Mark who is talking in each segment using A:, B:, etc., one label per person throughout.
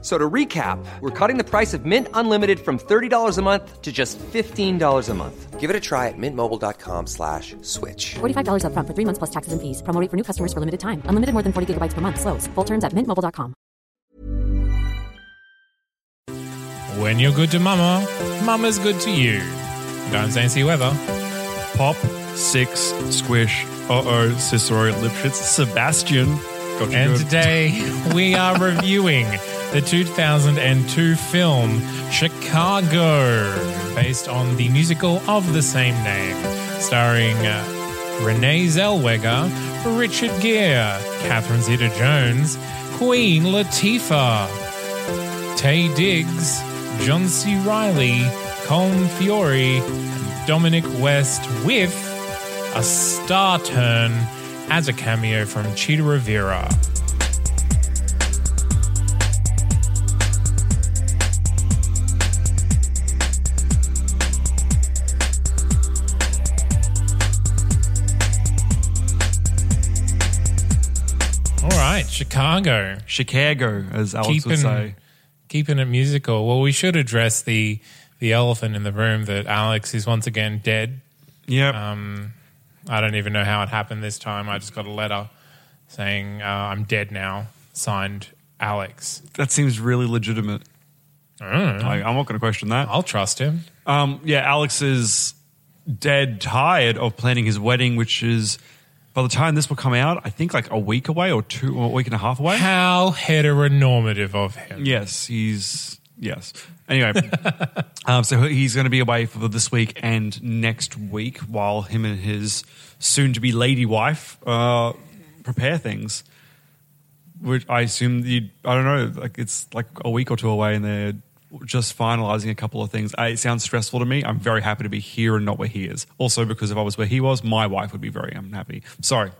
A: So to recap, we're cutting the price of Mint Unlimited from $30 a month to just $15 a month. Give it a try at mintmobile.com slash switch.
B: $45 upfront for three months plus taxes and fees. Promo rate for new customers for limited time. Unlimited more than 40 gigabytes per month. Slows. Full terms at mintmobile.com.
C: When you're good to mama, mama's good to you. Don't fancy weather.
D: Pop, Six, Squish, Uh Oh, Cicero, Lipschitz, Sebastian. Got you
C: And
D: good.
C: today we are reviewing the 2002 film Chicago, based on the musical of the same name, starring uh, Renee Zellweger, Richard Gere, Catherine Zeta Jones, Queen Latifah, Tay Diggs, John C. Riley, Colm Fiore, and Dominic West with a star turn as a cameo from Cheetah Rivera. All right, Chicago.
D: Chicago, as Alex would say.
C: Keeping it musical. Well, we should address the the elephant in the room that Alex is once again dead.
D: Yep.
C: I don't even know how it happened this time. I just got a letter saying uh, I'm dead now. Signed Alex.
D: that seems really legitimate.
C: I don't know.
D: I, I'm not going to question that.
C: I'll trust him.
D: Um, yeah, Alex is dead tired of planning his wedding, which is by the time this will come out, I think like a week away or two, or a week and a half away.
C: How heteronormative of him.
D: Yes, he's yes. Anyway, um, so he's going to be away for this week and next week while him and his soon-to-be lady wife uh, prepare things. Which I assume you, I don't know, like it's like a week or two away, and they're just finalizing a couple of things. I, it sounds stressful to me. I'm very happy to be here and not where he is. Also, because if I was where he was, my wife would be very unhappy. Sorry,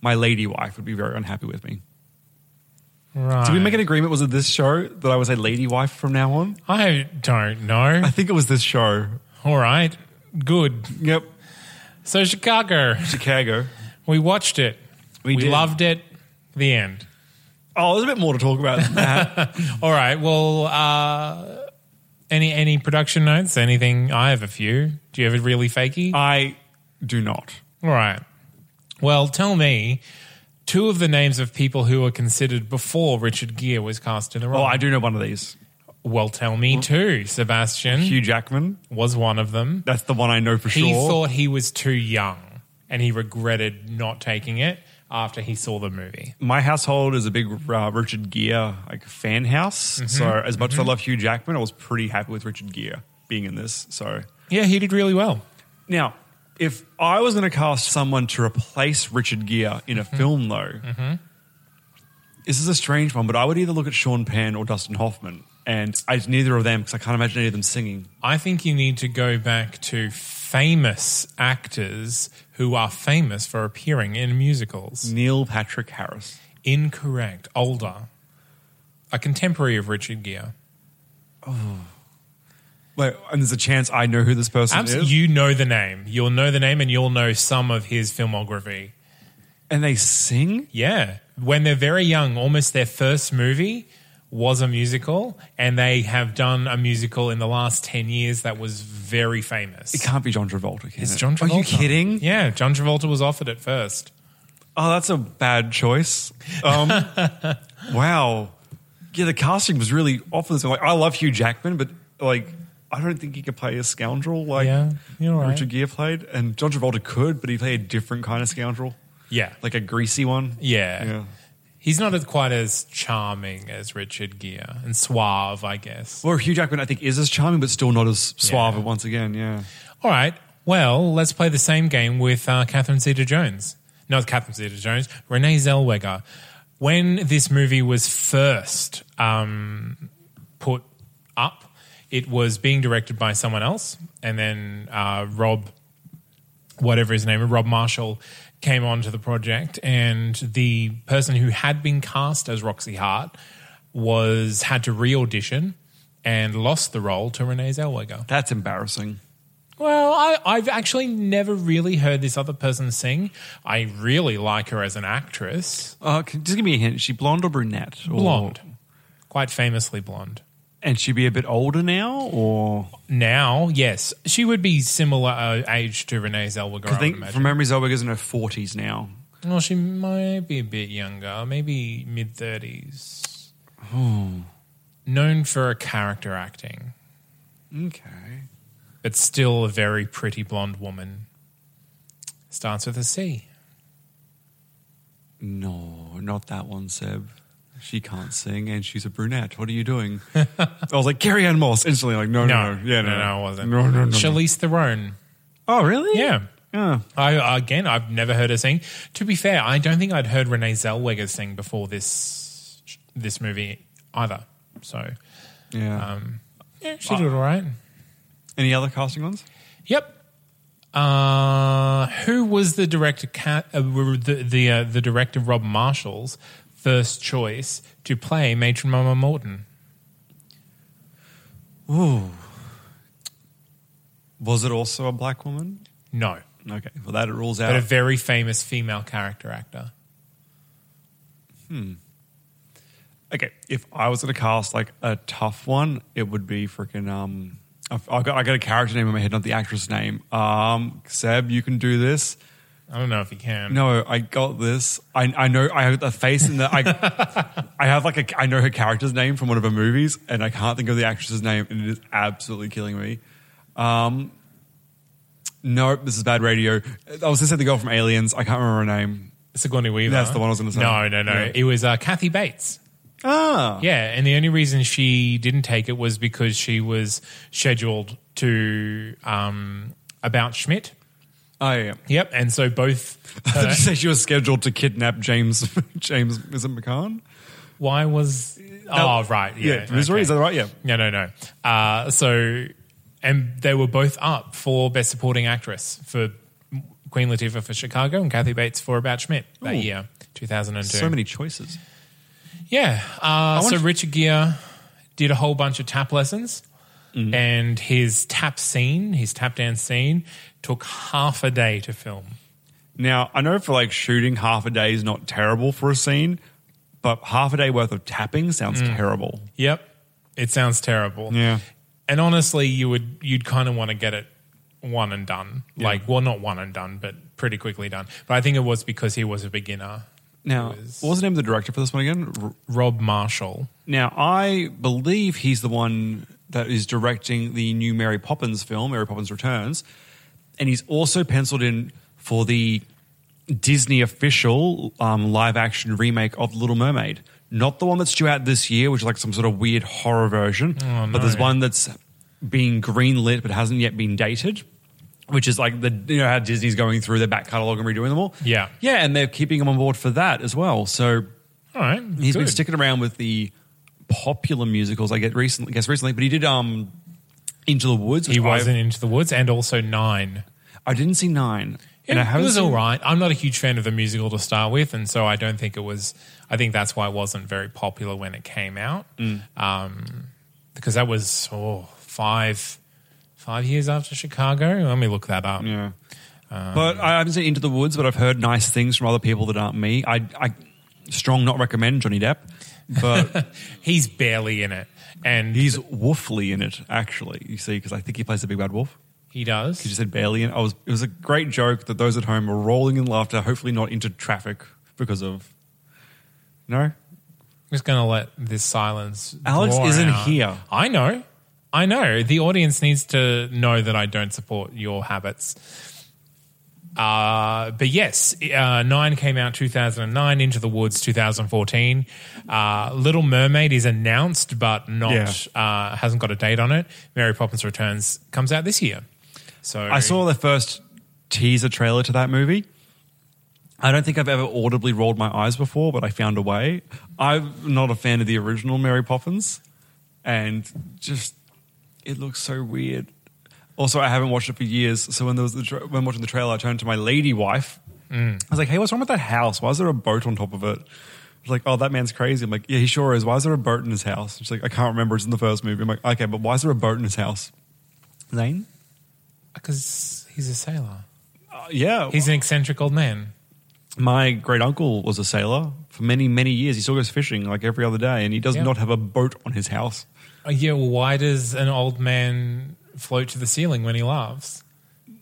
D: my lady wife would be very unhappy with me.
C: Right.
D: Did we make an agreement? Was it this show that I was a lady wife from now on?
C: I don't know.
D: I think it was this show.
C: All right. Good.
D: Yep.
C: So Chicago.
D: Chicago.
C: We watched it. We,
D: did.
C: loved it. The end.
D: Oh, there's a bit more to talk about than that.
C: All right. Well, uh, any any production notes? Anything? I have a few. Do you have a really fakey?
D: I do not.
C: All right. Well, tell me two of the names of people who were considered before Richard Gere was cast in the
D: Oh,
C: role.
D: I do know one of these.
C: well, tell me two. Sebastian
D: Hugh Jackman.
C: was one of them.
D: That's the one I know for sure.
C: He thought he was too young and he regretted not taking it after he saw the movie.
D: my household is a big uh, Richard Gere like fan house. So as much as I love Hugh Jackman, I was pretty happy with Richard Gere being in this. So
C: Yeah, he did really well.
D: now, if I was going to cast someone to replace Richard Gere in
C: Mm-hmm.
D: a film, though, this is a strange one. But I would either look at Sean Penn or Dustin Hoffman, and I neither of them because I can't imagine any of them singing.
C: I think you need to go back to famous actors who are famous for appearing in musicals.
D: Neil Patrick Harris.
C: Incorrect. Older. A contemporary of Richard Gere.
D: Like, and there's a chance I know who this person
C: Absolutely.
D: is.
C: You know the name. You'll know the name and you'll know some of his filmography.
D: and they sing.
C: Yeah. When they're very young, almost their first movie was a musical, and they have done a musical in the last 10 years that was very famous.
D: It can't be John Travolta. Can
C: It's
D: it?
C: John Travolta.
D: Are you kidding?
C: Yeah, John Travolta was offered it first.
D: Oh, that's a bad choice. Um, wow. Yeah, the casting was really off this. Like, I love Hugh Jackman, but like, I don't think he could play a scoundrel like
C: Yeah, you're right.
D: Richard Gere played. And John Travolta could, but he played a different kind of scoundrel,
C: Yeah.
D: like a greasy one.
C: yeah.
D: Yeah.
C: He's not as quite as charming as Richard Gere and suave, I guess.
D: Well, Hugh Jackman, I think, is as charming, but still not as suave.
C: Yeah.
D: Once again, yeah.
C: All right. Well, let's play the same game with uh, Catherine Zeta Jones. Not Catherine Zeta Jones, Renee Zellweger. When this movie was first um, put up, it was being directed by someone else. And then uh, Rob, whatever his name is, Rob Marshall, came on to the project, and the person who had been cast as Roxy Hart was had to re audition and lost the role to Renee Zellweger.
D: That's embarrassing.
C: Well, I, I've actually never really heard this other person sing. I really like her as an actress.
D: Uh, can, just give me a hint. Is she blonde or brunette? Or,
C: Blonde. Quite famously blonde.
D: And she be a bit older now, or
C: Now, yes, she would be similar uh, age to Renee Zellweger. I,
D: I
C: would
D: think
C: imagine.
D: from memory, Zellweger's in her forties now.
C: Well, she might be a bit younger, maybe mid 30s. Hmm. Known for her character acting,
D: Okay.
C: but still a very pretty blonde woman. Starts with a C.
D: No, not that one, Seb. She can't sing, and she's a brunette. What are you doing? I was like Carrie Ann Moss instantly. Like no, no,
C: No,
D: no, yeah, no,
C: no, no, it wasn't.
D: No, no, no, no.
C: Charlize Theron.
D: Oh, really? Oh,
C: Yeah.
D: Yeah.
C: I again, I've never heard her sing. To be fair, I don't think I'd heard Renee Zellweger sing before this this movie either. So Um,
D: Yeah.
C: yeah, she did all right.
D: Any other casting ones?
C: Yep. Uh, who was the director? Ca- uh, were the the uh, the director Rob Marshall's first choice to play Matron Mama Morton.
D: Was it also a black woman?
C: No,
D: Okay. Well, that rules out.
C: but a very famous female character actor.
D: okay. If I was going to cast like a tough one, it would be freaking um. I've, I've got I got a character name in my head, not the actress name. Um, Seb, you can do this.
C: I don't know if you can.
D: No, I got this. I I know I have the face and the I I have like a I know her character's name from one of her movies, and I can't think of the actress's name, and it is absolutely killing me. Um, nope, this is bad radio. I was just at the girl from Aliens. I can't remember her name.
C: Sigourney Weaver.
D: That's the one I was gonna say.
C: No, no, no.
D: Yeah.
C: It was uh, Kathy Bates.
D: Ah,
C: Yeah, and the only reason she didn't take it was because she was scheduled to um, about Schmidt.
D: oh yeah.
C: Yep, and so both.
D: Did you say she was scheduled to kidnap James? James is it McCann?
C: Why was? Oh right, yeah.
D: Misery is
C: okay.
D: that right? Yeah.
C: No, no, no. Uh, so, and they were both up for Best Supporting Actress for Queen Latifah for Chicago and Kathy Bates for About Schmidt that
D: Ooh.
C: year, 2002.
D: So many choices.
C: Yeah. Uh, so
D: wonder-
C: Richard Gere did a whole bunch of tap lessons,
D: Mm-hmm.
C: and his tap scene, his tap dance scene, took half a day to film.
D: Now, I know for like shooting, half a day is not terrible for a scene, but half a day worth of tapping sounds terrible.
C: Yep. It sounds terrible.
D: Yeah.
C: And honestly, you would you'd kind of want to get it one and done. Like, well, not one and done, but pretty quickly done. But I think it was because he was a beginner.
D: Now, what was the name of the director for this one again? R-
C: Rob Marshall.
D: Now, I believe he's the one that is directing the new Mary Poppins film, Mary Poppins Returns, and he's also penciled in for the Disney official um, live action remake of The Little Mermaid. Not the one that's due out this year, which is like some sort of weird horror version, but there's one that's being greenlit but hasn't yet been dated. Which is like the you know how Disney's going through their back catalog and redoing them all.
C: Yeah.
D: yeah, and they're keeping him on board for that as well. So
C: All right.
D: He's been
C: good.
D: sticking around with the popular musicals. I get recently, guess recently, but he did um Into the Woods.
C: He
D: which
C: was in
D: I,
C: Into the Woods and also Nine.
D: I didn't see nine,
C: It,
D: and I
C: it
D: haven't
C: was
D: seen,
C: all right. I'm not a huge fan of the musical to start with, and so I don't think it was. I think that's why it wasn't very popular when it came out,
D: Mm.
C: um, because that was oh, five five years after Chicago. Let me look that up.
D: Yeah, but I haven't seen Into the Woods. But I've heard nice things from other people that aren't me. I, I strong not recommend Johnny Depp, but
C: He's barely in it, and
D: he's woofly in it. Actually, you see, because I think he plays the big bad wolf.
C: he does.
D: He just said barely, and I was. It was a great joke that those at home were rolling in laughter. Hopefully, not into traffic because of no.
C: I'm just going to let this silence.
D: Alex
C: draw
D: isn't
C: out.
D: here.
C: I know. I know. The audience needs to know that I don't support your habits. Uh, but yes, uh, Nine came out 2009, Into the Woods 2014. Uh, Little Mermaid is announced, but not uh, hasn't got a date on it. Mary Poppins Returns comes out this year. So
D: I saw the first teaser trailer to that movie. I don't think I've ever audibly rolled my eyes before, but I found a way. I'm not a fan of the original Mary Poppins, and just it looks so weird. Also, I haven't watched it for years, so when there was the tra- when watching the trailer, I turned to my lady wife I was like, hey, what's wrong with that house? Why is there a boat on top of it? She's like, oh, that man's crazy. I'm like, yeah, he sure is. Why is there a boat in his house? She's like, I can't remember. It's in the first movie. I'm like, okay, but why is there a boat in his house? Zane?
C: Because he's a sailor.
D: Uh, yeah.
C: He's an eccentric old man.
D: my great uncle was a sailor for many, many years. He still goes fishing like every other day, and he does
C: Yeah.
D: not have a boat on his house.
C: Oh, yeah, well, why does an old man float to the ceiling when he laughs?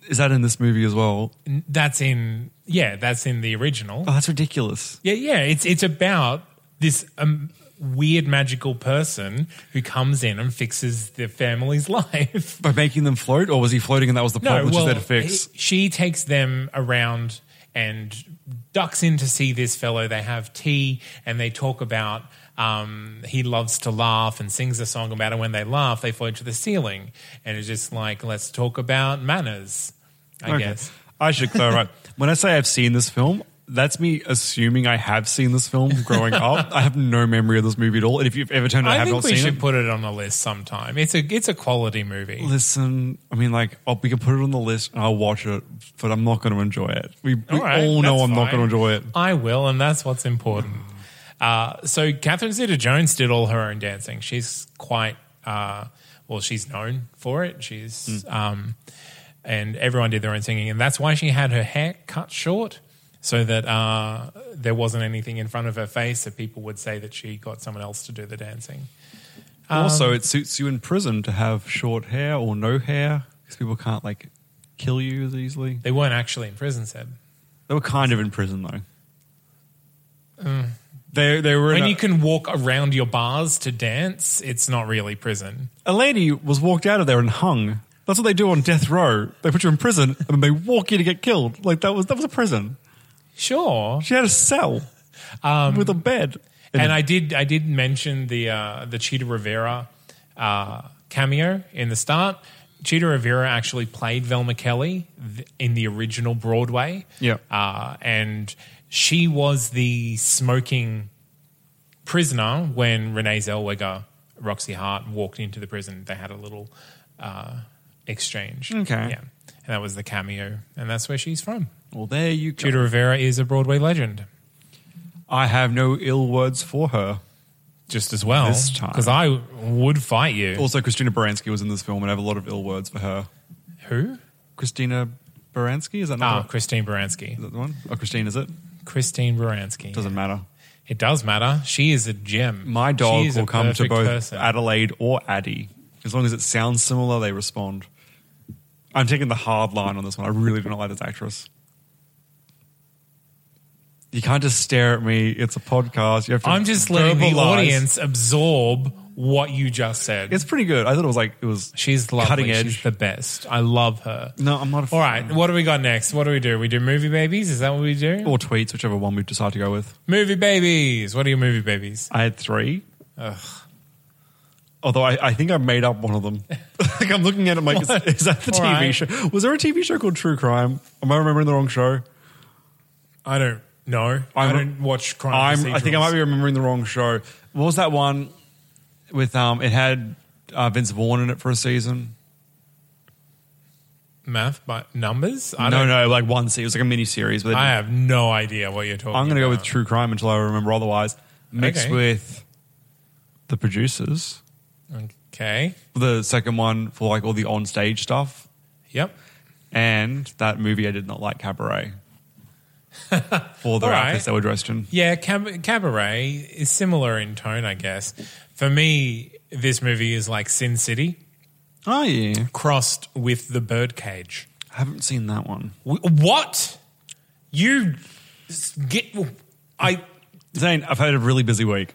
D: Is that in this movie as well?
C: N- That's in, yeah, that's in the original.
D: Oh, that's ridiculous.
C: Yeah, yeah. It's it's about this um, weird magical person who comes in and fixes the family's life.
D: By making them float, or was he floating and that was the plot, which is there to fix?
C: he- she takes them around and ducks in to see this fellow. They have tea and they talk about. Um, he loves to laugh and sings a song about it. When they laugh, they float to the ceiling, and it's just like let's talk about manners. I
D: Okay.
C: guess
D: I should clarify. when I say I've seen this film, that's me assuming I have seen this film growing up. I have no memory of this movie at all. And if you've ever turned, it, I,
C: I,
D: have
C: think
D: not
C: we
D: seen
C: should
D: it.
C: put it on the list sometime. It's a it's a quality movie.
D: Listen, I mean, like i we can put it on the list and I'll watch it, but I'm not going to enjoy it. We, we all,
C: right,
D: know
C: that's
D: I'm not
C: fine.
D: going to enjoy it.
C: I will, and that's what's important. Uh, so Catherine Zeta-Jones did all her own dancing. She's quite uh, well. She's known for it. She's
D: Mm.
C: um, and everyone did their own singing, and that's why she had her hair cut short so that uh, there wasn't anything in front of her face, so people would say that she got someone else to do the dancing. Um,
D: also, it suits you in prison to have short hair or no hair because people can't like kill you as easily.
C: They weren't actually in prison, said.
D: They were kind of in prison though. They they were
C: Mm.
D: in
C: When
D: a,
C: you can walk around your bars to dance, it's not really prison.
D: a lady was walked out of there and hung. That's what they do on death row. They put you in prison and then they walk you to get killed. Like that was that was a prison.
C: Sure,
D: She had a cell
C: Um,
D: with a bed.
C: and I did I did mention the uh, the Cheetah Rivera uh, cameo in the start. Cheetah Rivera actually played Velma Kelly th- in the original Broadway.
D: Yeah.
C: uh, and she was the smoking prisoner when Renee Zellweger, Roxy Hart walked into the prison. They had a little uh, exchange.
D: Okay.
C: yeah, and that was the cameo, and that's where she's from.
D: well, there you go.
C: Cheetah Rivera is a Broadway legend.
D: I have no ill words for her.
C: just as well
D: This time.
C: because I would fight you.
D: Also, Christina Baranski was in this film, and I have a lot of ill words for her.
C: Who?
D: Christina Baranski is that not
C: Ah, Christine Baranski.
D: Is that the one? Oh, Christine, is it?
C: Christine Baranski.
D: Doesn't matter.
C: It does matter. She is a gem.
D: My
C: She
D: dog
C: is
D: will
C: a
D: come to
C: perfect
D: both
C: person.
D: Adelaide or Addie. As long as it sounds similar, they respond. I'm taking the hard line on this one. I really do not like this actress. You can't just stare at me. It's a podcast. You have to
C: I'm just letting the
D: verbalize.
C: audience absorb what you just said.
D: It's pretty good. I thought it was like it was.
C: She's lovely.
D: cutting
C: She's
D: edge.
C: the best. I love her.
D: No, I'm not a
C: All right. What do we got next? What do we do? We do movie babies. Is that what we do?
D: or tweets, whichever one we decide to go with.
C: Movie babies. What are your movie babies?
D: I had three. Although I, I think I made up one of them. like I'm looking at it, I'm like, is, is that the
C: All
D: TV
C: right.
D: show? Was there a TV show called True Crime? Am I remembering the wrong show?
C: I don't know. I'm, I
D: I'm-
C: do not watch crime.
D: I'm, I think I
C: procedurals.
D: might be remembering the wrong show. What was that one with? Um, it had uh, Vince Vaughn in it for a season.
C: math, but numbers. I
D: no,
C: don't.
D: no, like one season. It was like a mini series. But
C: I have no idea what you're talking.
D: I'm going to go with
C: about.
D: True Crime until I remember otherwise. Mixed
C: Okay.
D: with the producers,
C: Okay.
D: the second one for like all the on stage stuff.
C: Yep.
D: and that movie I did not like, Cabaret. For the
C: All right.
D: outfits they were dressed in.
C: Yeah, cab- Cabaret is similar in tone, I guess. For me, this movie is like Sin City
D: Oh yeah,
C: crossed with The Birdcage.
D: I haven't seen that one.
C: W- What? You s- get. I.
D: Zane, I've had a really busy week.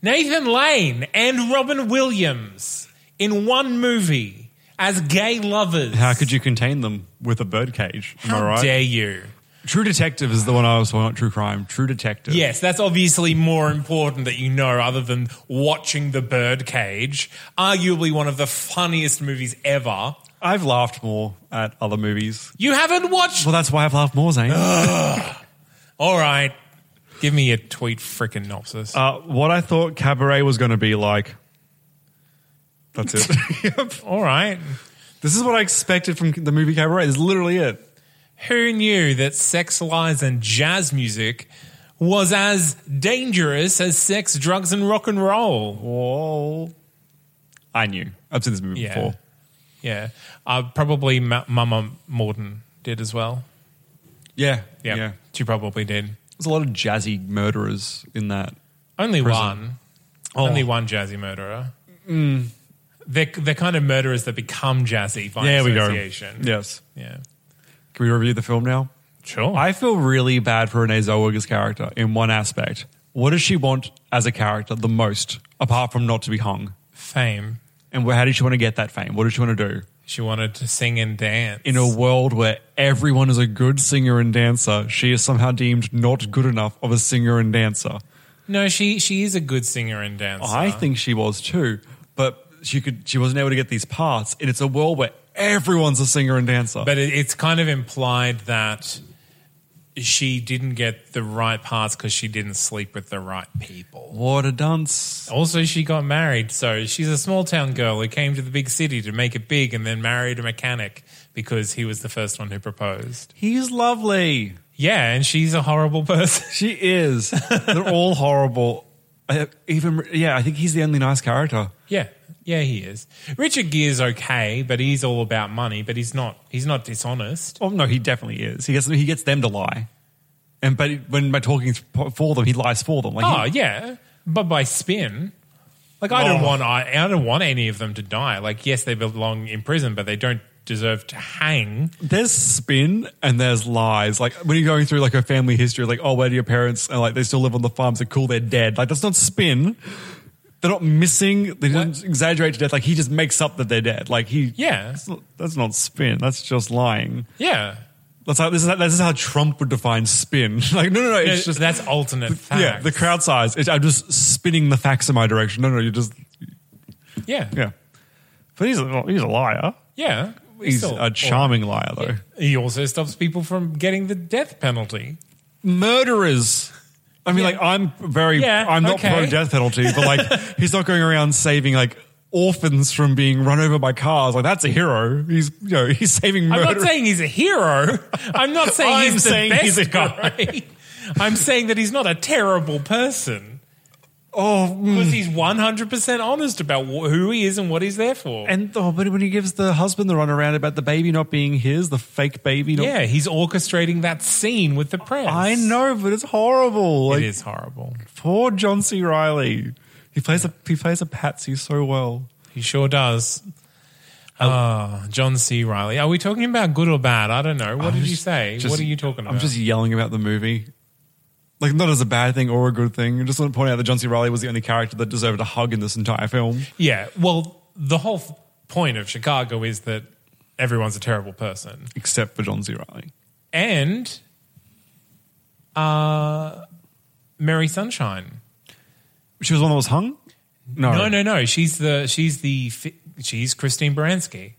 C: Nathan Lane and Robin Williams in one movie as gay lovers.
D: How could you contain them with a birdcage? Am
C: How
D: I right?
C: dare you?
D: True Detective is the one I was talking about. True Crime. True Detective.
C: Yes, that's obviously more important that you know other than watching The Birdcage, arguably one of the funniest movies ever.
D: I've laughed more at other movies.
C: You haven't watched.
D: Well, that's why I've laughed more, Zane.
C: All right. Give me a tweet frickin' synopsis.
D: uh, what I thought Cabaret was going to be like. That's it.
C: All right.
D: this is what I expected from the movie Cabaret. This is literally it.
C: Who knew that sex, lies, and jazz music was as dangerous as sex, drugs, and rock and roll?
D: Whoa. I knew. I've seen this movie
C: Yeah.
D: before.
C: Yeah. Uh, probably Ma- Mama Morton did as well.
D: Yeah.
C: Yeah.
D: Yeah.
C: She probably did.
D: There's a lot of jazzy murderers in that.
C: Only
D: Prison. Oh.
C: one. Only one jazzy murderer.
D: Mm.
C: They're, they're kind of murderers that become jazzy by association.
D: Yes.
C: Yeah.
D: Can we review the film now?
C: Sure.
D: I feel really bad for Renee Zellweger's character in one aspect. What does she want as a character the most, apart from not to be hung?
C: Fame.
D: And wh- how does she want to get that fame? What does she want to do?
C: She wanted to sing and dance.
D: In a world where everyone is a good singer and dancer, she is somehow deemed not good enough of a singer and dancer.
C: no, she she is a good singer and dancer.
D: I think she was too, but she could she wasn't able to get these parts. And it's a world where everyone's a singer and dancer.
C: But it, it's kind of implied that she didn't get the right parts because she didn't sleep with the right people.
D: what a dunce.
C: Also, she got married, so she's a small town girl who came to the big city to make it big and then married a mechanic because he was the first one who proposed.
D: He's lovely.
C: Yeah, and she's a horrible person.
D: She is. They're all horrible. I, even yeah, I think he's the only nice character.
C: yeah, yeah, he is. Richard Gere's okay, but he's all about money, but he's not he's not dishonest.
D: Oh no, he definitely is. He gets he gets them to lie, and but when by talking for them, he lies for them. Like
C: Oh,
D: he-
C: yeah. But by spin, like I don't
D: Oh.
C: want I, I don't want any of them to die. Like yes, they belong in prison, but they don't deserve to hang.
D: there's spin and there's lies. Like when you're going through like a family history, like oh, where do your parents? And like they still live on the farm. So cool, they're dead. Like that's not spin. They're not missing. They don't exaggerate to death. Like he just makes up that they're dead. Like he
C: Yeah.
D: That's not, that's not spin. That's just lying.
C: Yeah.
D: That's how this is. This is how Trump would define spin. Like no, no, no. It's
C: No,
D: just
C: that's alternate facts.
D: yeah. The crowd size. It's, I'm just spinning the facts in my direction. No, no. You're just
C: Yeah. Yeah.
D: yeah. But he's a, he's a liar. He's
C: still-
D: a charming liar though.
C: He also stops people from getting the death penalty.
D: Murderers. I mean,
C: Yeah.
D: like I'm very.
C: Yeah,
D: I'm not
C: okay.
D: pro death penalty, but like he's not going around saving like orphans from being run over by cars. Like that's a hero. He's you know he's saving
C: I'm
D: murderers.
C: not saying he's a hero. I'm not saying
D: I'm
C: he's the
D: saying
C: best
D: he's a
C: guy. I'm saying that he's not a terrible person
D: oh, mm.
C: because he's 100% honest about wh- who he is and what he's there for.
D: and oh, but when he gives the husband the runaround about the baby not being his, the fake baby. Not
C: yeah, he's orchestrating that scene with the press.
D: I know, but it's horrible. Like
C: it is horrible.
D: poor John C. Riley. He plays a he plays a patsy so well.
C: He sure does. Ah, John C. Riley. Are we talking about good or bad? I don't know. What did you say?
D: Just-
C: what are you talking about?
D: I'm just yelling about the movie. Like not as a bad thing or a good thing. I just want to point out that John C. Riley was the only character that deserved a hug in this entire film.
C: yeah. Well, the whole f- point of Chicago is that everyone's a terrible person.
D: Except for John C. Riley.
C: and uh, Mary Sunshine.
D: She was one that was hung? No.
C: No, no, no. She's the she's the fi- she's Christine Baranski.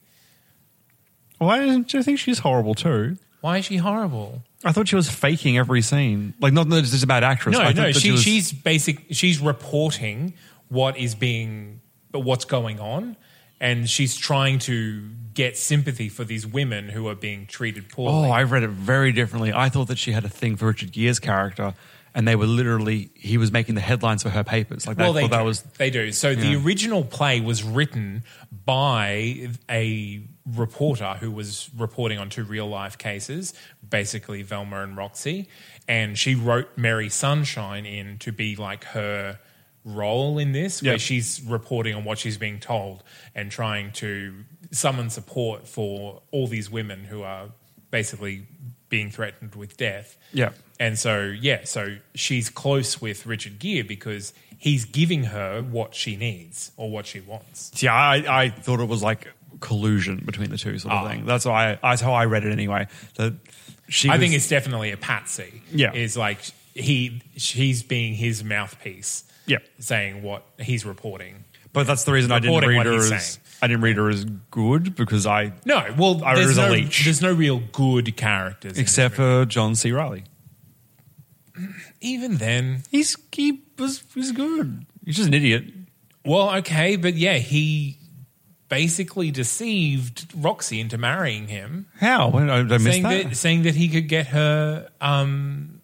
D: Why didn't you think she's horrible too?
C: Why is she horrible?
D: I thought she was faking every scene. Like not that she's a bad actress. I
C: No,
D: thought
C: no.
D: that
C: She,
D: was-
C: she's basic. She's reporting what is being, what's going on, and she's trying to get sympathy for these women who are being treated poorly.
D: Oh, I read it very differently. I thought that she had a thing for Richard Gere's character, and they were literally he was making the headlines for her papers. Like
C: well,
D: that,
C: they
D: that
C: do.
D: was
C: they do. So the
D: Yeah.
C: original play was written by a reporter who was reporting on two real life cases, basically Velma and Roxy, and she wrote Mary Sunshine in to be like her role in this,
D: Yeah.
C: where she's reporting on what she's being told and trying to summon support for all these women who are basically being threatened with death.
D: Yeah.
C: And so, yeah, so she's close with Richard Gere because he's giving her what she needs or what she wants.
D: yeah. I, I thought it was like collusion between the two sort of
C: Ah.
D: thing. That's why I, that's how I read it anyway. That she
C: I
D: was-
C: think it's definitely a patsy.
D: Yeah.
C: Is like he she's being his mouthpiece.
D: Yeah.
C: Saying what he's reporting.
D: but that's the reason I didn't
C: reporting
D: read
C: what
D: her
C: he's
D: as
C: saying.
D: I didn't read her as good because I
C: No, well,
D: I read her
C: there's
D: as a
C: no,
D: leech.
C: there's no real good characters. in
D: except
C: this movie.
D: for John C. Riley.
C: even then,
D: He's he was he's good. He's just an idiot.
C: Well, okay, but yeah, he basically deceived Roxy into marrying him,
D: How? Wait, I, I missed
C: saying
D: that.
C: that saying that he could get her um,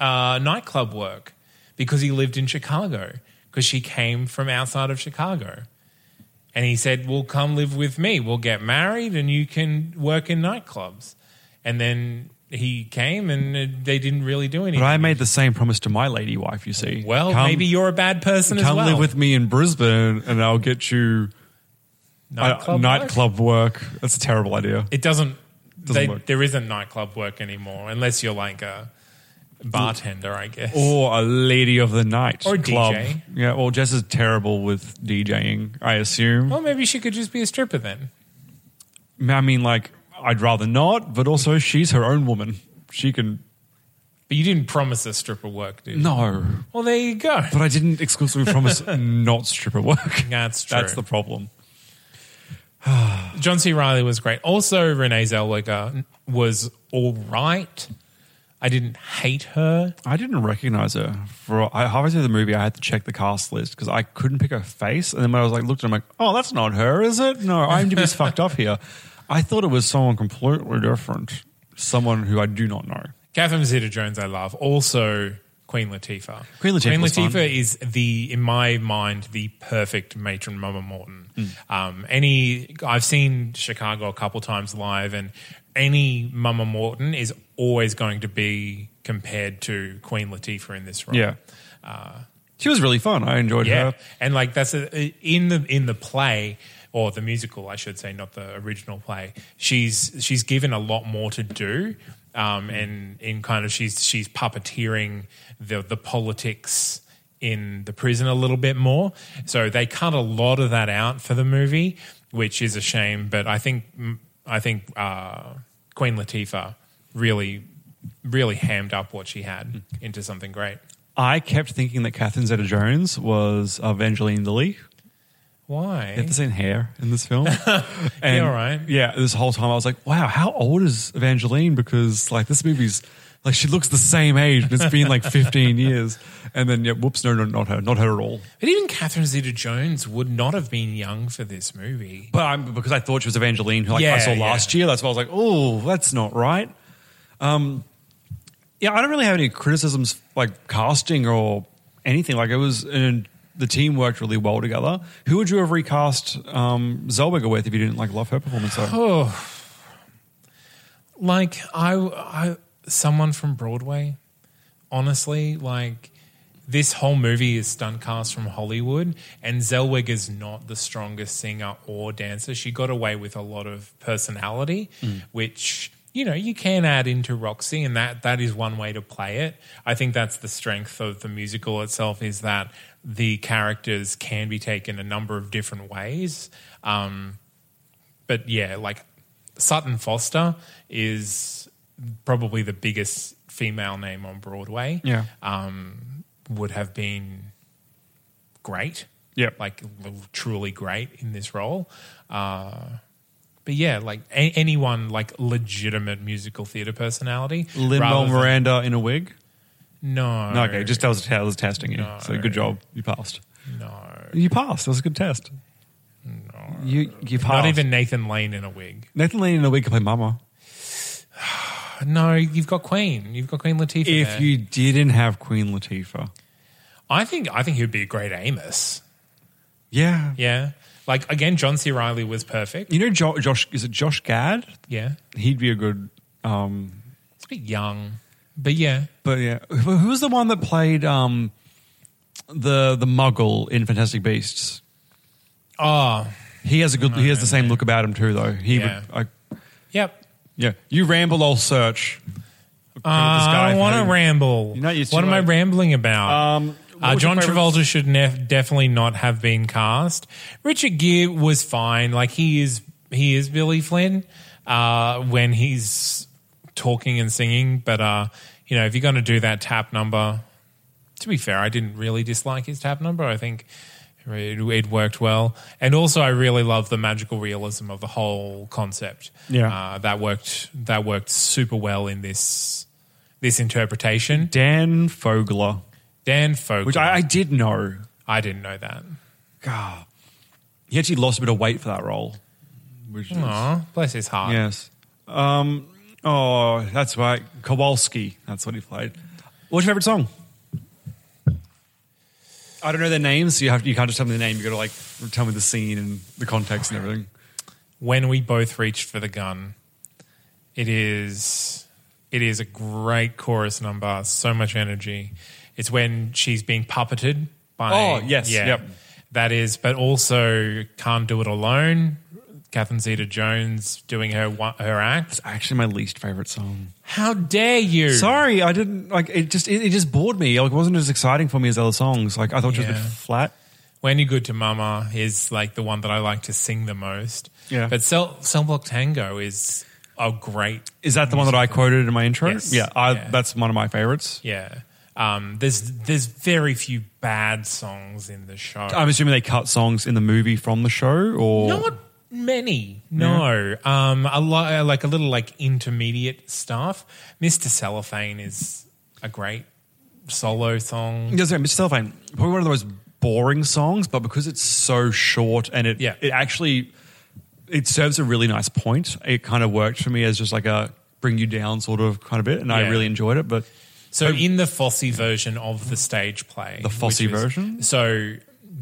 C: uh, nightclub work because he lived in Chicago because she came from outside of Chicago. And he said, "Well, come live with me. We'll get married, and you can work in nightclubs." And then he came, and uh, they didn't really do anything.
D: But I made the same promise to my lady wife. You see,
C: Well,
D: Come-
C: maybe you're a bad person as
D: come
C: well.
D: live with me in Brisbane, and I'll get you
C: Nightclub
D: uh,
C: work?
D: nightclub work. That's a terrible idea.
C: It doesn't.
D: Doesn't
C: they,
D: work.
C: There isn't nightclub work anymore unless you're like a bartender, I guess.
D: Or a lady of the night
C: Or
D: club.
C: DJ.
D: Yeah. Well, Jess is terrible with DJing. I assume.
C: well, maybe she could just be a stripper then.
D: I mean, like, I'd rather not, but also she's her own woman. She can.
C: But you didn't promise a stripper work, dude.
D: No.
C: Well, there you go.
D: But I didn't exclusively promise not stripper work.
C: That's
D: That's
C: true.
D: the problem.
C: John C. Riley was great. Also, Renee Zellweger was all right. I didn't hate her.
D: I didn't recognize her for I, halfway through the movie. I had to check the cast list because I couldn't pick her face. And then when I was like looked at, it, I'm like, oh, that's not her, is it? No, IMDb's fucked up here. I thought it was someone completely different, someone who I do not know.
C: Catherine Zeta-Jones, I love. Also, Queen Latifah.
D: Queen Latifah
C: Queen
D: was fun.
C: Latifah is the, in my mind, the perfect matron Mama Morton.
D: Hmm.
C: Um, any, I've seen Chicago a couple times live, and any Mama Morton is always going to be compared to Queen Latifah in this role.
D: Yeah, she was really fun. I enjoyed
C: Uh, Yeah,
D: her.
C: and like that's a, in the in the play or the musical, I should say, not the original play. She's she's given a lot more to do, um, and in kind of she's she's puppeteering the the politics in the prison a little bit more. So they cut a lot of that out for the movie, which is a shame. But I think I think uh, Queen Latifah really really hammed up what she had into something great.
D: I kept thinking that Catherine Zeta-Jones was uh, Evangeline Lilly.
C: Why?
D: They have the same hair in this film. and,
C: all right.
D: Yeah, this whole time I was like, wow, how old is Evangeline? Because like this movie's like she looks the same age, but it's been like 15 years. And then yeah, whoops, no, no, not her, not her at all.
C: But even Catherine Zeta Jones would not have been young for this movie.
D: But I'm because I thought she was Evangeline, who like I
C: Yeah,
D: saw
C: yeah.
D: last year. That's why I was like, oh, that's not right. Um, yeah, I don't really have any criticisms like casting or anything. Like it was, and the team worked really well together. Who would you have recast um, Zellweger with if you didn't like love her performance? Though?
C: Like I, I someone from Broadway, honestly, like this whole movie is stunt cast from Hollywood, and Zellweger's not the strongest singer or dancer. She got away with a lot of personality, which you know you can add into Roxy, and that that is one way to play it. I think that's the strength of the musical itself is that the characters can be taken a number of different ways. Um, but yeah, like Sutton Foster is probably the biggest female name on Broadway.
D: Yeah.
C: um, would have been great.
D: Yep.
C: like l- truly great in this role. Uh, but yeah, like a- anyone, like legitimate musical theater personality.
D: Lin
C: rather
D: Manuel
C: than-
D: Miranda in a wig.
C: No,
D: No, okay, just that was, that was testing you. So good job, you passed.
C: no.
D: You passed. That was a good test. No, you you passed.
C: Not even Nathan Lane in a wig.
D: Nathan Lane in a wig can play Mama.
C: No, you've got Queen. You've got Queen Latifah.
D: If
C: there.
D: you didn't have Queen Latifah,
C: I think, I think he'd be a great Amos.
D: yeah,
C: Yeah. Like again, John C. Riley was perfect.
D: you know jo- Josh is it Josh Gad?
C: Yeah.
D: He'd be a good. Um,
C: It's a bit young. But yeah.
D: but yeah, who who was the one that played um, the the Muggle in Fantastic Beasts? Ah.
C: Oh.
D: He has a good. he has the same look about him too, though. He
C: Yeah.
D: would. I,
C: Yep.
D: yeah, you ramble. I'll search.
C: Uh, I don't want to ramble.
D: You're not used to
C: what am I
D: it.
C: rambling about?
D: Um, what
C: uh,
D: was your
C: John
D: favorite-
C: Travolta should nef- definitely not have been cast. Richard Gere was fine. Like he is, he is Billy Flynn uh, when he's talking and singing. But uh, you know, if you're going to do that tap number, to be fair, I didn't really dislike his tap number. I think it, it worked well, and also I really love the magical realism of the whole concept.
D: Yeah.
C: uh, that worked. That worked super well in this this interpretation.
D: Dan Fogler,
C: Dan Fogler,
D: which I, I did know.
C: I didn't know that.
D: God. He actually lost a bit of weight for that role. Which is-
C: Aw, bless his heart.
D: Yes. Um, oh, that's right. Kowalski. That's what he played. What's your favorite song? I don't know their names, so you have you can't just tell me the name. You got to like tell me the scene and the context and everything.
C: When we both reached for the gun, it is it is a great chorus number. So much energy. It's when she's being puppeted by.
D: Oh, yes, yep.
C: That is, but also can't do it alone. Catherine Zeta Jones doing her wa- her act.
D: Actually, my least favorite song.
C: How dare you?
D: Sorry, I didn't like it. Just it, it just bored me. Like, it wasn't as exciting for me as other songs. Like, I thought it was
C: Yeah.
D: a bit flat.
C: When You're Good to Mama is like the one that I like to sing the most.
D: Yeah.
C: But Cell, Cell Block Tango is a great,
D: Is that the one that I quoted in my intro?
C: Yes.
D: Yeah, I,
C: Yeah.
D: that's one of my favorites.
C: yeah. Um, there's there's very few bad songs in the show.
D: I'm assuming they cut songs in the movie from the show, or
C: Not many. No. Um, a lot, like a little like intermediate stuff. Mr. Cellophane is a great solo song.
D: Yeah, sorry, Mr. Cellophane, probably one of the most boring songs, but because it's so short and it
C: Yeah.
D: it actually it serves a really nice point. It kind of worked for me as just like a bring you down sort of kind of bit, and
C: Yeah.
D: I really enjoyed it. But
C: So in the Fosse version of the stage play,
D: The Fosse
C: which was-
D: version?
C: So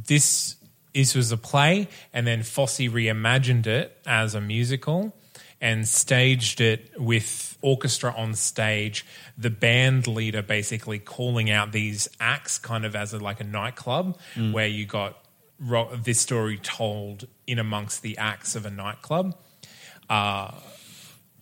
C: this this was a play, and then Fosse reimagined it as a musical and staged it with orchestra on stage. The band leader basically calling out these acts, kind of as a, like a nightclub
D: Mm.
C: where you got ro- this story told in amongst the acts of a nightclub.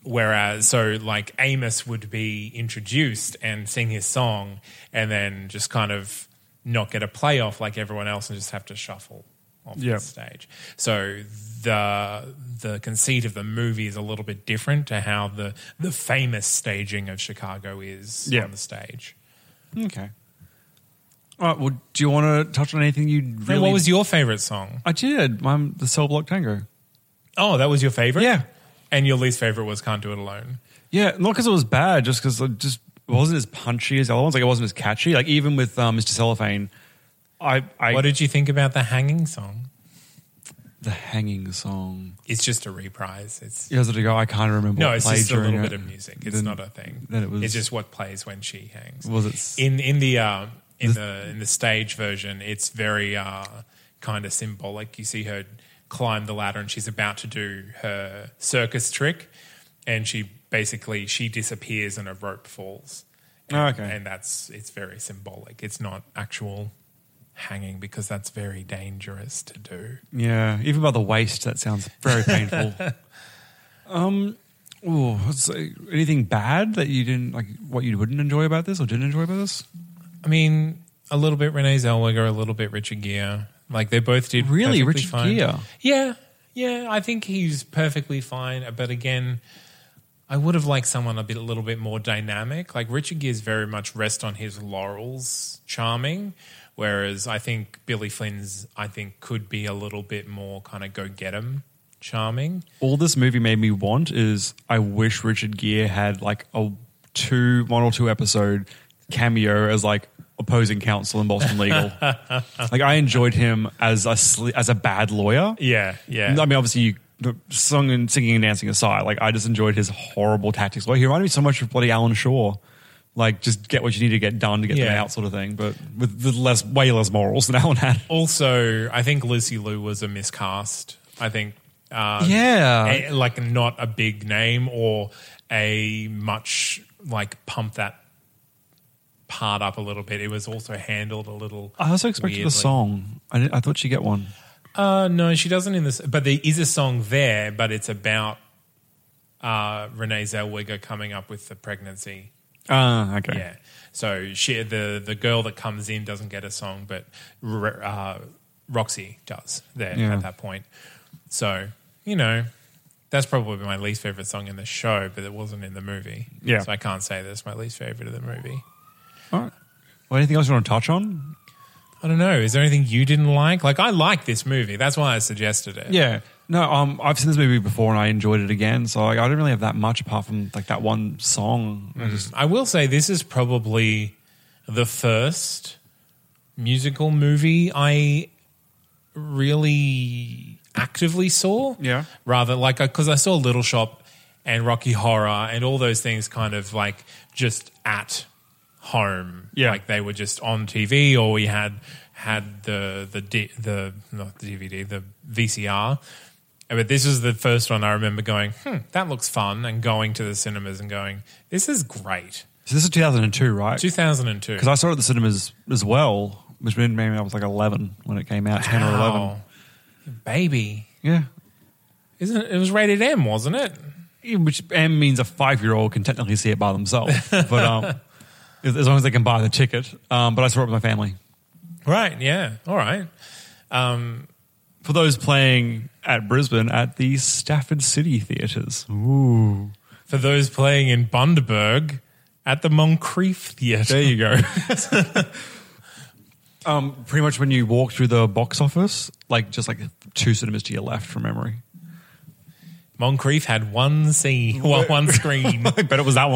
C: Whereas, so like Amos would be introduced and sing his song and then just kind of not get a playoff like everyone else and just have to shuffle off
D: Yeah.
C: the stage. So the the conceit of the movie is a little bit different to how the the famous staging of Chicago is
D: Yeah.
C: on the stage.
D: okay, all right. Well, do you want to touch on anything you really?
C: And what was your favorite song?
D: I did. I'm the Cell Block Tango.
C: Oh, that was your favorite?
D: Yeah.
C: And your least favorite was Can't Do It Alone.
D: Yeah, not because it was bad, just because it just wasn't as punchy as the other ones. Like it wasn't as catchy. Like even with um, Mr. Cellophane, I, I
C: What did you think about the hanging song?
D: the hanging song.
C: It's just a reprise. It's
D: Yeah, it a go? I can't remember.
C: No,
D: what
C: it's
D: played
C: just a
D: during
C: little
D: it.
C: bit of music. It's
D: Then-
C: not a thing.
D: Then it was.
C: It's just what plays when she hangs.
D: Was it s-
C: in in the uh, in the in the stage version? It's very uh, kind of symbolic. You see her climb the ladder, and she's about to do her circus trick, and she basically she disappears, and a rope falls. And,
D: Oh, okay.
C: and that's it's very symbolic. It's not actual hanging because that's very dangerous to do.
D: yeah. Even by the waist, that sounds very painful. um, ooh, what's- anything bad that you didn't like? What you wouldn't enjoy about this, or didn't enjoy about this?
C: I mean, a little bit Renee Zellweger, a little bit Richard Gere. Like they both did
D: Really?
C: perfectly
D: Richard
C: fine.
D: Gere?
C: Yeah, yeah. I think he's perfectly fine, but again, I would have liked someone a bit, a little bit more dynamic. Like Richard Gere's very much rest on his laurels, charming. Whereas I think Billy Flynn's, I think, could be a little bit more kind of go get 'em, charming.
D: All this movie made me want is I wish Richard Gere had like a two one or two episode cameo as like opposing counsel in Boston Legal. like I enjoyed him as a sli- as a bad lawyer.
C: Yeah, yeah.
D: I mean, obviously, you, the song and singing and dancing aside, like I just enjoyed his horrible tactics. Like he reminded me so much of bloody Alan Shaw. Like just get what you need to get done to get them
C: Yeah.
D: out, sort of thing. But with the less, way less morals than Alan had.
C: also, I think Lucy Liu was a miscast. I think. Uh,
D: Yeah,
C: a, like not a big name or a much like pump that part up a little bit. It was also handled a little.
D: I also expected
C: weirdly.
D: a song. I, didn't, I thought she'd get one.
C: Uh, no, she doesn't in this, but there is a song there, but it's about uh, Renee Zellweger coming up with the pregnancy.
D: Ah, okay.
C: Yeah, so she the the girl that comes in doesn't get a song, but Re- uh, Roxy does there
D: Yeah.
C: at that point. So you know, that's probably my least favorite song in the show, but it wasn't in the movie.
D: Yeah.
C: so I can't say that's my least favorite of the movie.
D: All right. Well, anything else you want to touch on?
C: I don't know. Is there anything you didn't like? Like I like this movie. That's why I suggested it.
D: Yeah. No, um, I've seen this movie before and I enjoyed it again. So like, I don't really have that much apart from like that one song.
C: Mm.
D: I just-
C: I will say this is probably the first musical movie I really actively saw.
D: Yeah.
C: Rather like because I saw Little Shop and Rocky Horror and all those things kind of like just at home.
D: Yeah.
C: Like they were just on TV or we had had the the D, the not the DVD the VCR. Uh, But this was the first one I remember going, hmm, that looks fun, and going to the cinemas and going, this is great.
D: So this is 2002, right?
C: 2002.
D: Because I saw it at the cinemas as well, which meant maybe I was like 11 when it came out, 10 or 11.
C: Wow. Baby.
D: Yeah.
C: Isn't it, it was rated M, wasn't it?
D: Yeah, Which M means a five year old can technically see it by themselves, but um, as as long as they can buy the ticket. Um, but I saw it with my family.
C: Right, yeah. All right. Um,
D: For those playing at Brisbane at the Stafford City Theatres,
C: for those playing in Bundaberg at the Moncrief Theatre.
D: There you go. um, pretty much when you walk through the box office, like just like two cinemas to your left from memory.
C: Moncrief had one scene, one, one screen. I bet it was that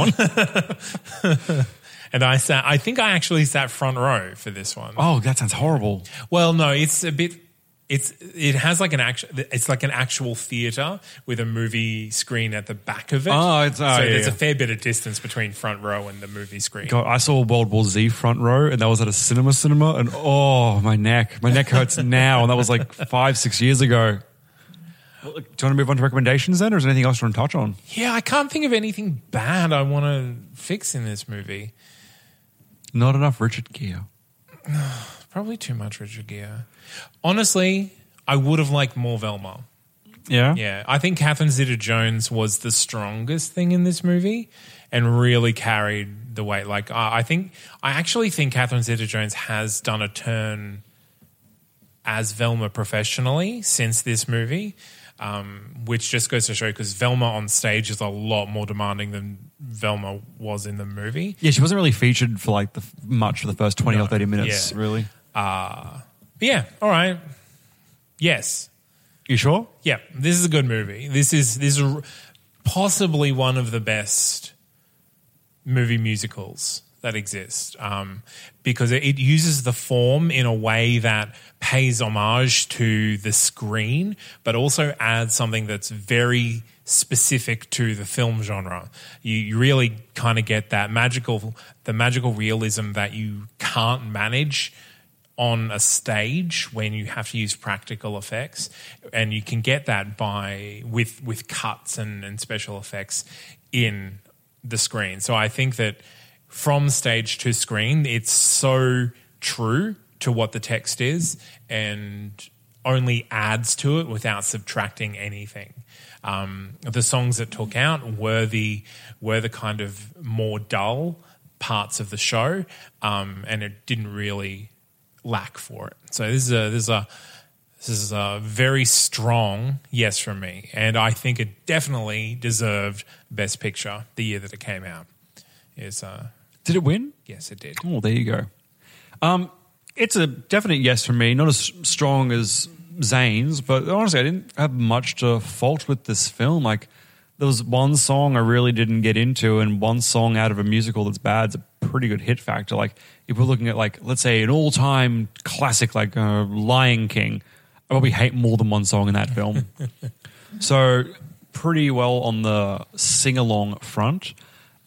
C: one. and I sat, I think I actually sat front row for this one.
D: Oh, that sounds horrible.
C: Well, no, it's a bit. It's it has like an actual. It's like an actual theater with a movie screen at the back of it.
D: Oh, it's-
C: so
D: oh, yeah,
C: there's
D: yeah.
C: a fair bit of distance between front row and the movie screen.
D: God, I saw World War Z front row, and that was at a cinema cinema, and oh, my neck, my neck hurts now, and that was like five, six years ago. Well, Do you want to move on to recommendations then, or is there anything else you want to touch on?
C: Yeah, I can't think of anything bad I want to fix in this movie.
D: Not enough Richard Gere.
C: Probably too much Richard Gere. Honestly, I would have liked more Velma.
D: Yeah,
C: Yeah, I think Catherine Zeta-Jones was the strongest thing in this movie, and really carried the weight. Like, I I think I actually think Catherine Zeta-Jones has done a turn as Velma professionally since this movie, um, which just goes to show because Velma on stage is a lot more demanding than Velma was in the movie.
D: yeah. She wasn't really featured for like the f- much for the first twenty or thirty minutes.
C: yeah.
D: Really,
C: But yeah, all right, yes,
D: you sure?
C: yeah, this is a good movie. This is this is r- possibly one of the best movie musicals that exist um, because it, it uses the form in a way that pays homage to the screen, but also adds something that's very specific to the film genre. You, you really kind of get that magical, the magical realism that you can't manage on a stage when you have to use practical effects and you can get that by with with cuts and, and special effects in the screen so i think that from stage to screen it's so true to what the text is and only adds to it without subtracting anything um, the songs that took out were the were the kind of more dull parts of the show um, and it didn't really lack for it. So this is a this is a this is a very strong yes from me, and I think it definitely deserved Best Picture the year that it came out. Is uh,
D: Did it win?
C: yes, it did.
D: Oh, there you go. Um, it's a definite yes from me. Not as strong as Zane's, but honestly, I didn't have much to fault with this film. Like, there was one song I really didn't get into, and one song out of a musical that's bad is a pretty good hit factor. Like, if we're looking at like, let's say an all-time classic like uh, Lion King, I probably hate more than one song in that film. So pretty well on the sing along front.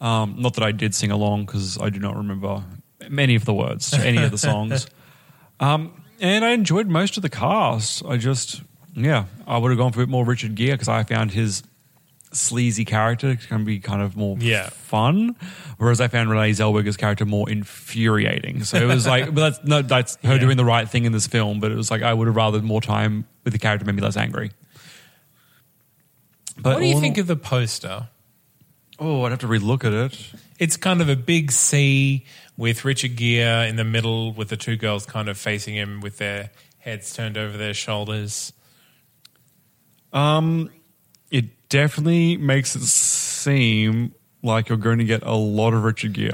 D: Um, not that I did sing along because I do not remember many of the words to any of the songs. Um, and I enjoyed most of the cast. I just, yeah, I would have gone for a bit more Richard Gere because I found his sleazy character can be kind of more
C: Yeah.
D: fun, whereas I found Renee Zellweger's character more infuriating. So it was like, but that's no, that's her
C: Yeah.
D: doing the right thing in this film. But it was like I would have rather more time with the character made me less angry. But
C: What do you
D: all-
C: think of the poster?
D: Oh, I'd have to relook at it.
C: It's kind of a big C with Richard Gere in the middle, with the two girls kind of facing him with their heads turned over their shoulders.
D: It definitely makes it seem like you're going to get a lot of Richard Gere.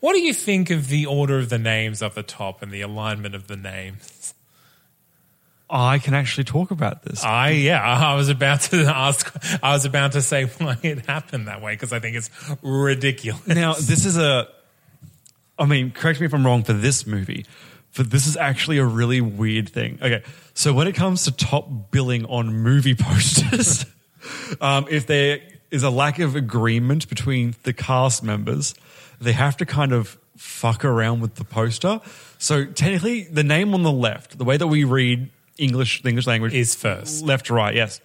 C: What do you think of the order of the names up the top and the alignment of the names?
D: I can actually talk about this.
C: I yeah, I I was about to ask. I was about to say why it happened that way because I think it's ridiculous.
D: Now, this is a. I mean, correct me if I'm wrong for this movie. for this is actually a really weird thing. Okay, so when it comes to top billing on movie posters, um, if there is a lack of agreement between the cast members, they have to kind of fuck around with the poster. So technically, the name on the left, the way that we read English, the English language
C: Is first.
D: left to right. Yes.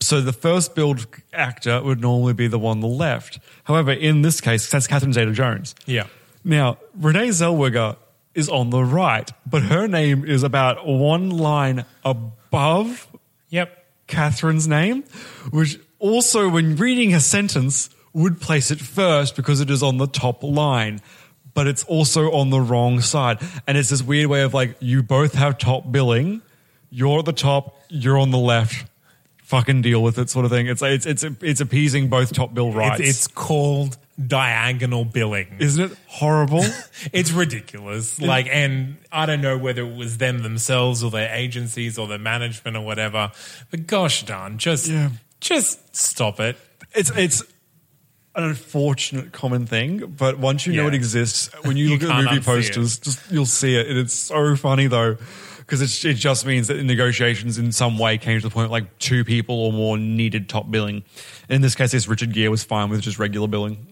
D: So the first build actor would normally be the one on the left. However, in this case, that's Catherine Zeta Jones.
C: Yeah.
D: Now, Renee Zellweger is on the right, but her name is about one line above
C: Yep.
D: Catherine's name, which also, when reading a sentence, would place it first because it is on the top line, but it's also on the wrong side. And it's this weird way of like, you both have top billing, you're at the top, you're on the left. Fucking deal with it, sort of thing. It's it's it's it's appeasing both top bill rights,
C: It's, it's called diagonal billing.
D: isn't it horrible?
C: It's ridiculous. Like, and I don't know whether it was them themselves or their agencies or their management or whatever. But gosh darn, just
D: Yeah.
C: just stop it.
D: it's it's an unfortunate common thing, but once you know
C: Yeah.
D: it exists, when you,
C: You
D: look at
C: can't
D: movie
C: unsee
D: posters, just you'll see it, and it's so funny though. Because it just means that the negotiations in some way came to the point like two people or more needed top billing. In this case, this Richard Gere was fine with just regular billing.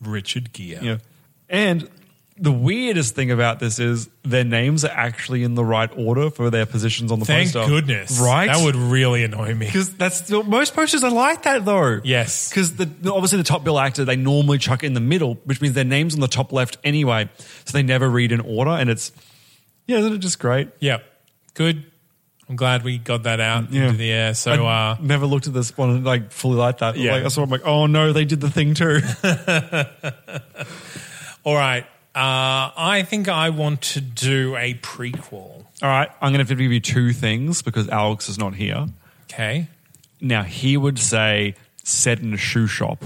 C: Richard Gere.
D: Yeah. And the weirdest thing about this is their names are actually in the right order for their positions on the
C: Thank
D: poster.
C: goodness.
D: Right?
C: That would really annoy me.
D: Because that's the, most posters are like that though.
C: Yes.
D: Because the obviously the top bill actor they normally chuck it in the middle, which means their names on the top left anyway, so they never read in order, and it's yeah, isn't it just great?
C: Yep. Good. I'm glad we got that out
D: Yeah.
C: into the air. So,
D: I
C: uh,
D: never looked at this one like fully like that.
C: Yeah.
D: Like, I saw. it, I'm like, oh no, they did the thing too.
C: all right. Uh, I think I want to do a prequel.
D: All right, I'm going to give you two things because Alex is not here.
C: Okay.
D: Now he would say set in a shoe shop.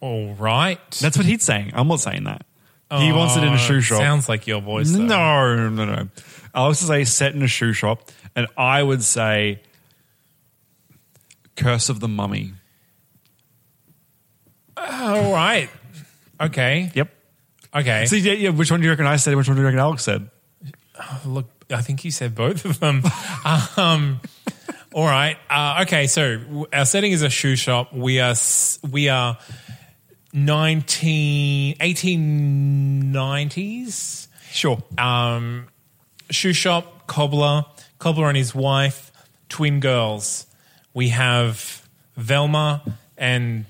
C: All right.
D: That's what he's saying. I'm not saying that. He wants it in a shoe shop.
C: Oh, Sounds like your voice. Though.
D: No, no, no. Alex would say set in a shoe shop, and I would say Curse of the Mummy.
C: All right. Okay.
D: Yep.
C: Okay.
D: So yeah, yeah, which one do you reckon I said? Which one do you reckon Alex said?
C: Look, I think you said both of them. um, all right. Uh, okay. So w- our setting is a shoe shop. We are s- we are 19, 1890s.
D: Sure.
C: Um, shoe shop, cobbler, cobbler and his wife, twin girls. We have Velma and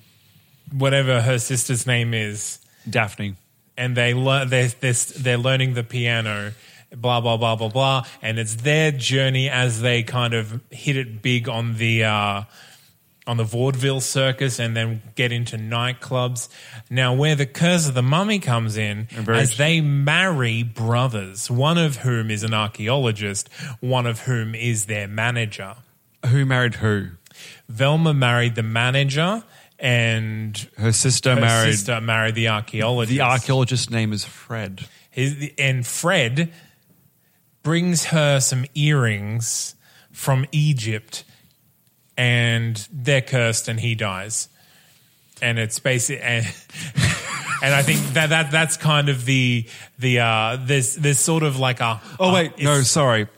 C: whatever her sister's name is
D: Daphne.
C: and they learn they're, they're, they're learning the piano blah blah blah blah blah and it's their journey as they kind of hit it big on the uh, on the vaudeville circus and then get into nightclubs now where the curse of the mummy comes in
D: very
C: as they marry brothers one of whom is an archaeologist one of whom is their manager
D: Who married who?
C: velma married the manager and
D: Her sister
C: her
D: married
C: sister married the archaeologist
D: the archaeologist's name is Fred.
C: His, and Fred brings her some earrings from Egypt, and they're cursed, and he dies. And it's basic, and, and I think that, that that's kind of the the uh, there's there's sort of like a
D: Oh wait,
C: uh,
D: no,
C: it's-
D: sorry.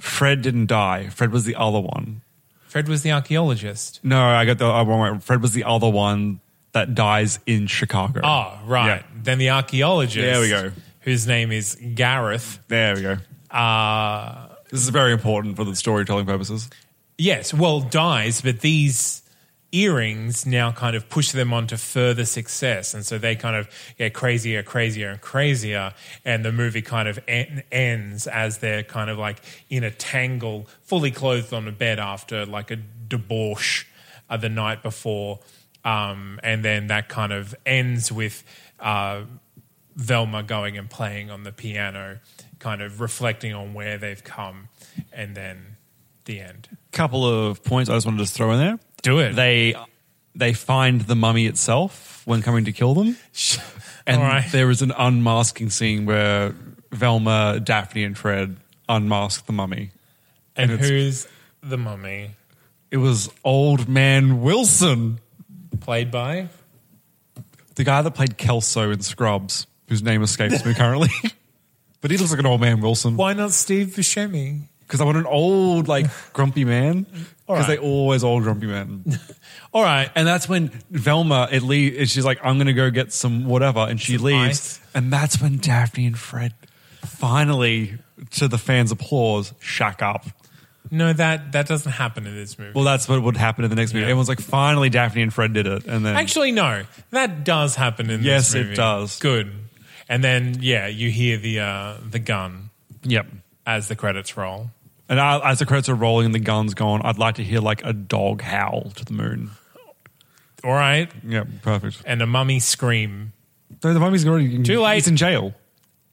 D: Fred didn't die. Fred was the other one.
C: Fred was the archaeologist.
D: No, I got the I wrong way. Fred was the other one that dies in Chicago.
C: Oh right,
D: Yeah.
C: then the archaeologist.
D: There we go.
C: Whose name is Gareth.
D: There we go.
C: Uh,
D: This is very important for the storytelling purposes.
C: Yes, well, dies, but these earrings now kind of push them on to further success. And so they kind of get crazier, crazier, and crazier. And the movie kind of en- ends as they're kind of like in a tangle, fully clothed on a bed after like a debauch uh, the night before. Um, and then that kind of ends with. Uh, Velma going and playing on the piano, kind of reflecting on where they've come, and then the end.
D: couple of points I just wanted to throw in there.
C: Do it.
D: They they find the mummy itself when coming to kill them, and
C: All right.
D: there is an unmasking scene where Velma, Daphne, and Fred unmask the mummy.
C: and
D: it's-
C: who's the mummy?
D: It was Old Man Wilson,
C: Played by?
D: the guy that played Kelso in Scrubs. whose name escapes me currently. but he looks like an old man Wilson.
C: Why not Steve Buscemi?
D: Because I want an old, like, grumpy man.
C: All right.
D: Because they always old grumpy man.
C: All right.
D: And that's when Velma it leaves. She's like, "I'm gonna go get some whatever," and she
C: Some
D: leaves.
C: ice.
D: And that's when Daphne and Fred finally, to the fans' applause, shack up.
C: No, that that doesn't happen in this movie.
D: Well, that's what would happen in the next movie.
C: Yeah.
D: Everyone's like, "Finally, Daphne and Fred did it." And then
C: Actually, no. That does happen in
D: Yes,
C: this
D: it
C: movie.
D: does.
C: Good. And then, yeah, you hear the uh, the gun
D: yep.
C: as the credits roll.
D: And I, as the credits are rolling and the gun's gone, I'd like to hear like a dog howl to the moon.
C: All right.
D: Yep, perfect.
C: And a mummy scream.
D: No, the mummy's already
C: Too late.
D: He's in jail.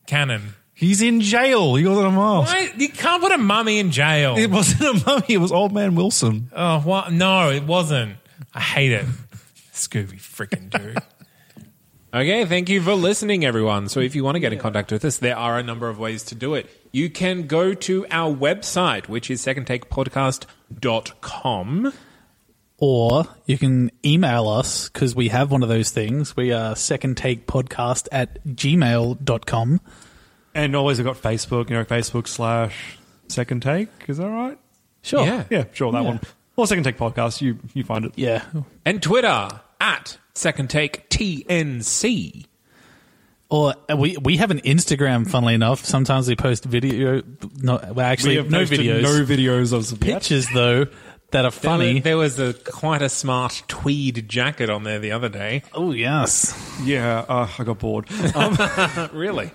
C: Cannon.
D: He's in jail. He wasn't a mask.
C: Why? You can't put a mummy in jail.
D: It wasn't a mummy. It was old man Wilson.
C: oh, what? No, it wasn't. I hate it. Scooby freaking dude.
E: Okay, thank you for listening, everyone. So, if you want to get in contact with us, there are a number of ways to do it. You can go to our website, which is secondtakepodcast.com.
F: Or you can email us because we have one of those things. We are second take podcast at gmail.com.
D: And always I've got Facebook, you know, Facebook slash second take. Is that right?
F: Sure.
E: Yeah.
D: Yeah, sure, that
F: Yeah.
D: one. Or second take podcast, you you find it.
F: Yeah.
E: And Twitter at Second Take TNC.
F: Or uh, we we have an Instagram, funnily enough. Sometimes we post video. No, well,
D: We
F: actually,
D: have
F: no
D: posted
F: videos.
D: No videos of some
F: Pictures, though, that are funny.
E: There was a quite a smart tweed jacket on there the other day.
F: oh, yes.
D: Yeah, uh, I got bored. Um,
E: Really?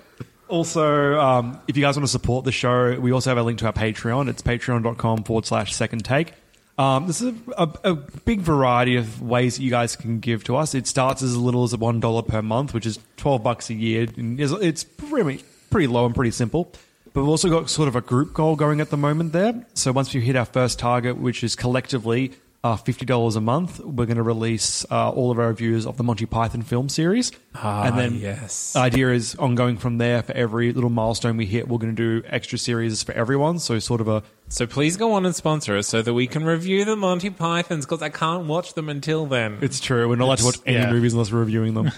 D: also, um, if you guys want to support the show, we also have a link to our Patreon. It's patreon.com forward slash second take. Um, this is a, a, a big variety of ways that you guys can give to us. It starts as little as $1 per month, which is 12 bucks a year. And is- it's pretty, pretty low and pretty simple. But we've also got sort of a group goal going at the moment there. So once we hit our first target, which is collectively uh, $50 a month, we're going to release uh, all of our reviews of the Monty Python film series. Ah, and then
E: yes.
D: idea is ongoing from there. For every little milestone we hit, we're going to do extra series for everyone. So sort of a
E: So please go on and sponsor us so that we can review the Monty Pythons because I can't watch them until then.
D: it's true. We're not allowed to watch any
F: yeah.
D: movies unless we're reviewing them.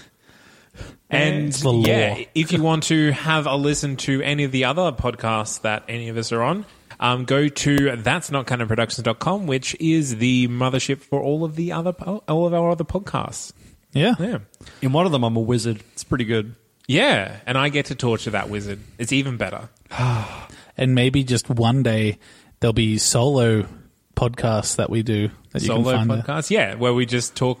E: And
F: It's the law.
E: yeah, if you want to have a listen to any of the other podcasts that any of us are on, um, go to that's not kind of productions.com, which is the mothership for all of the other po- all of our other podcasts.
F: Yeah.
E: Yeah.
D: In one of them, I'm a wizard. It's pretty good.
E: Yeah, and I get to torture that wizard. It's even better.
F: And maybe just one day there'll be solo podcasts that we do that you
E: Solo
F: can find. there.
E: podcast. Yeah, where we just talk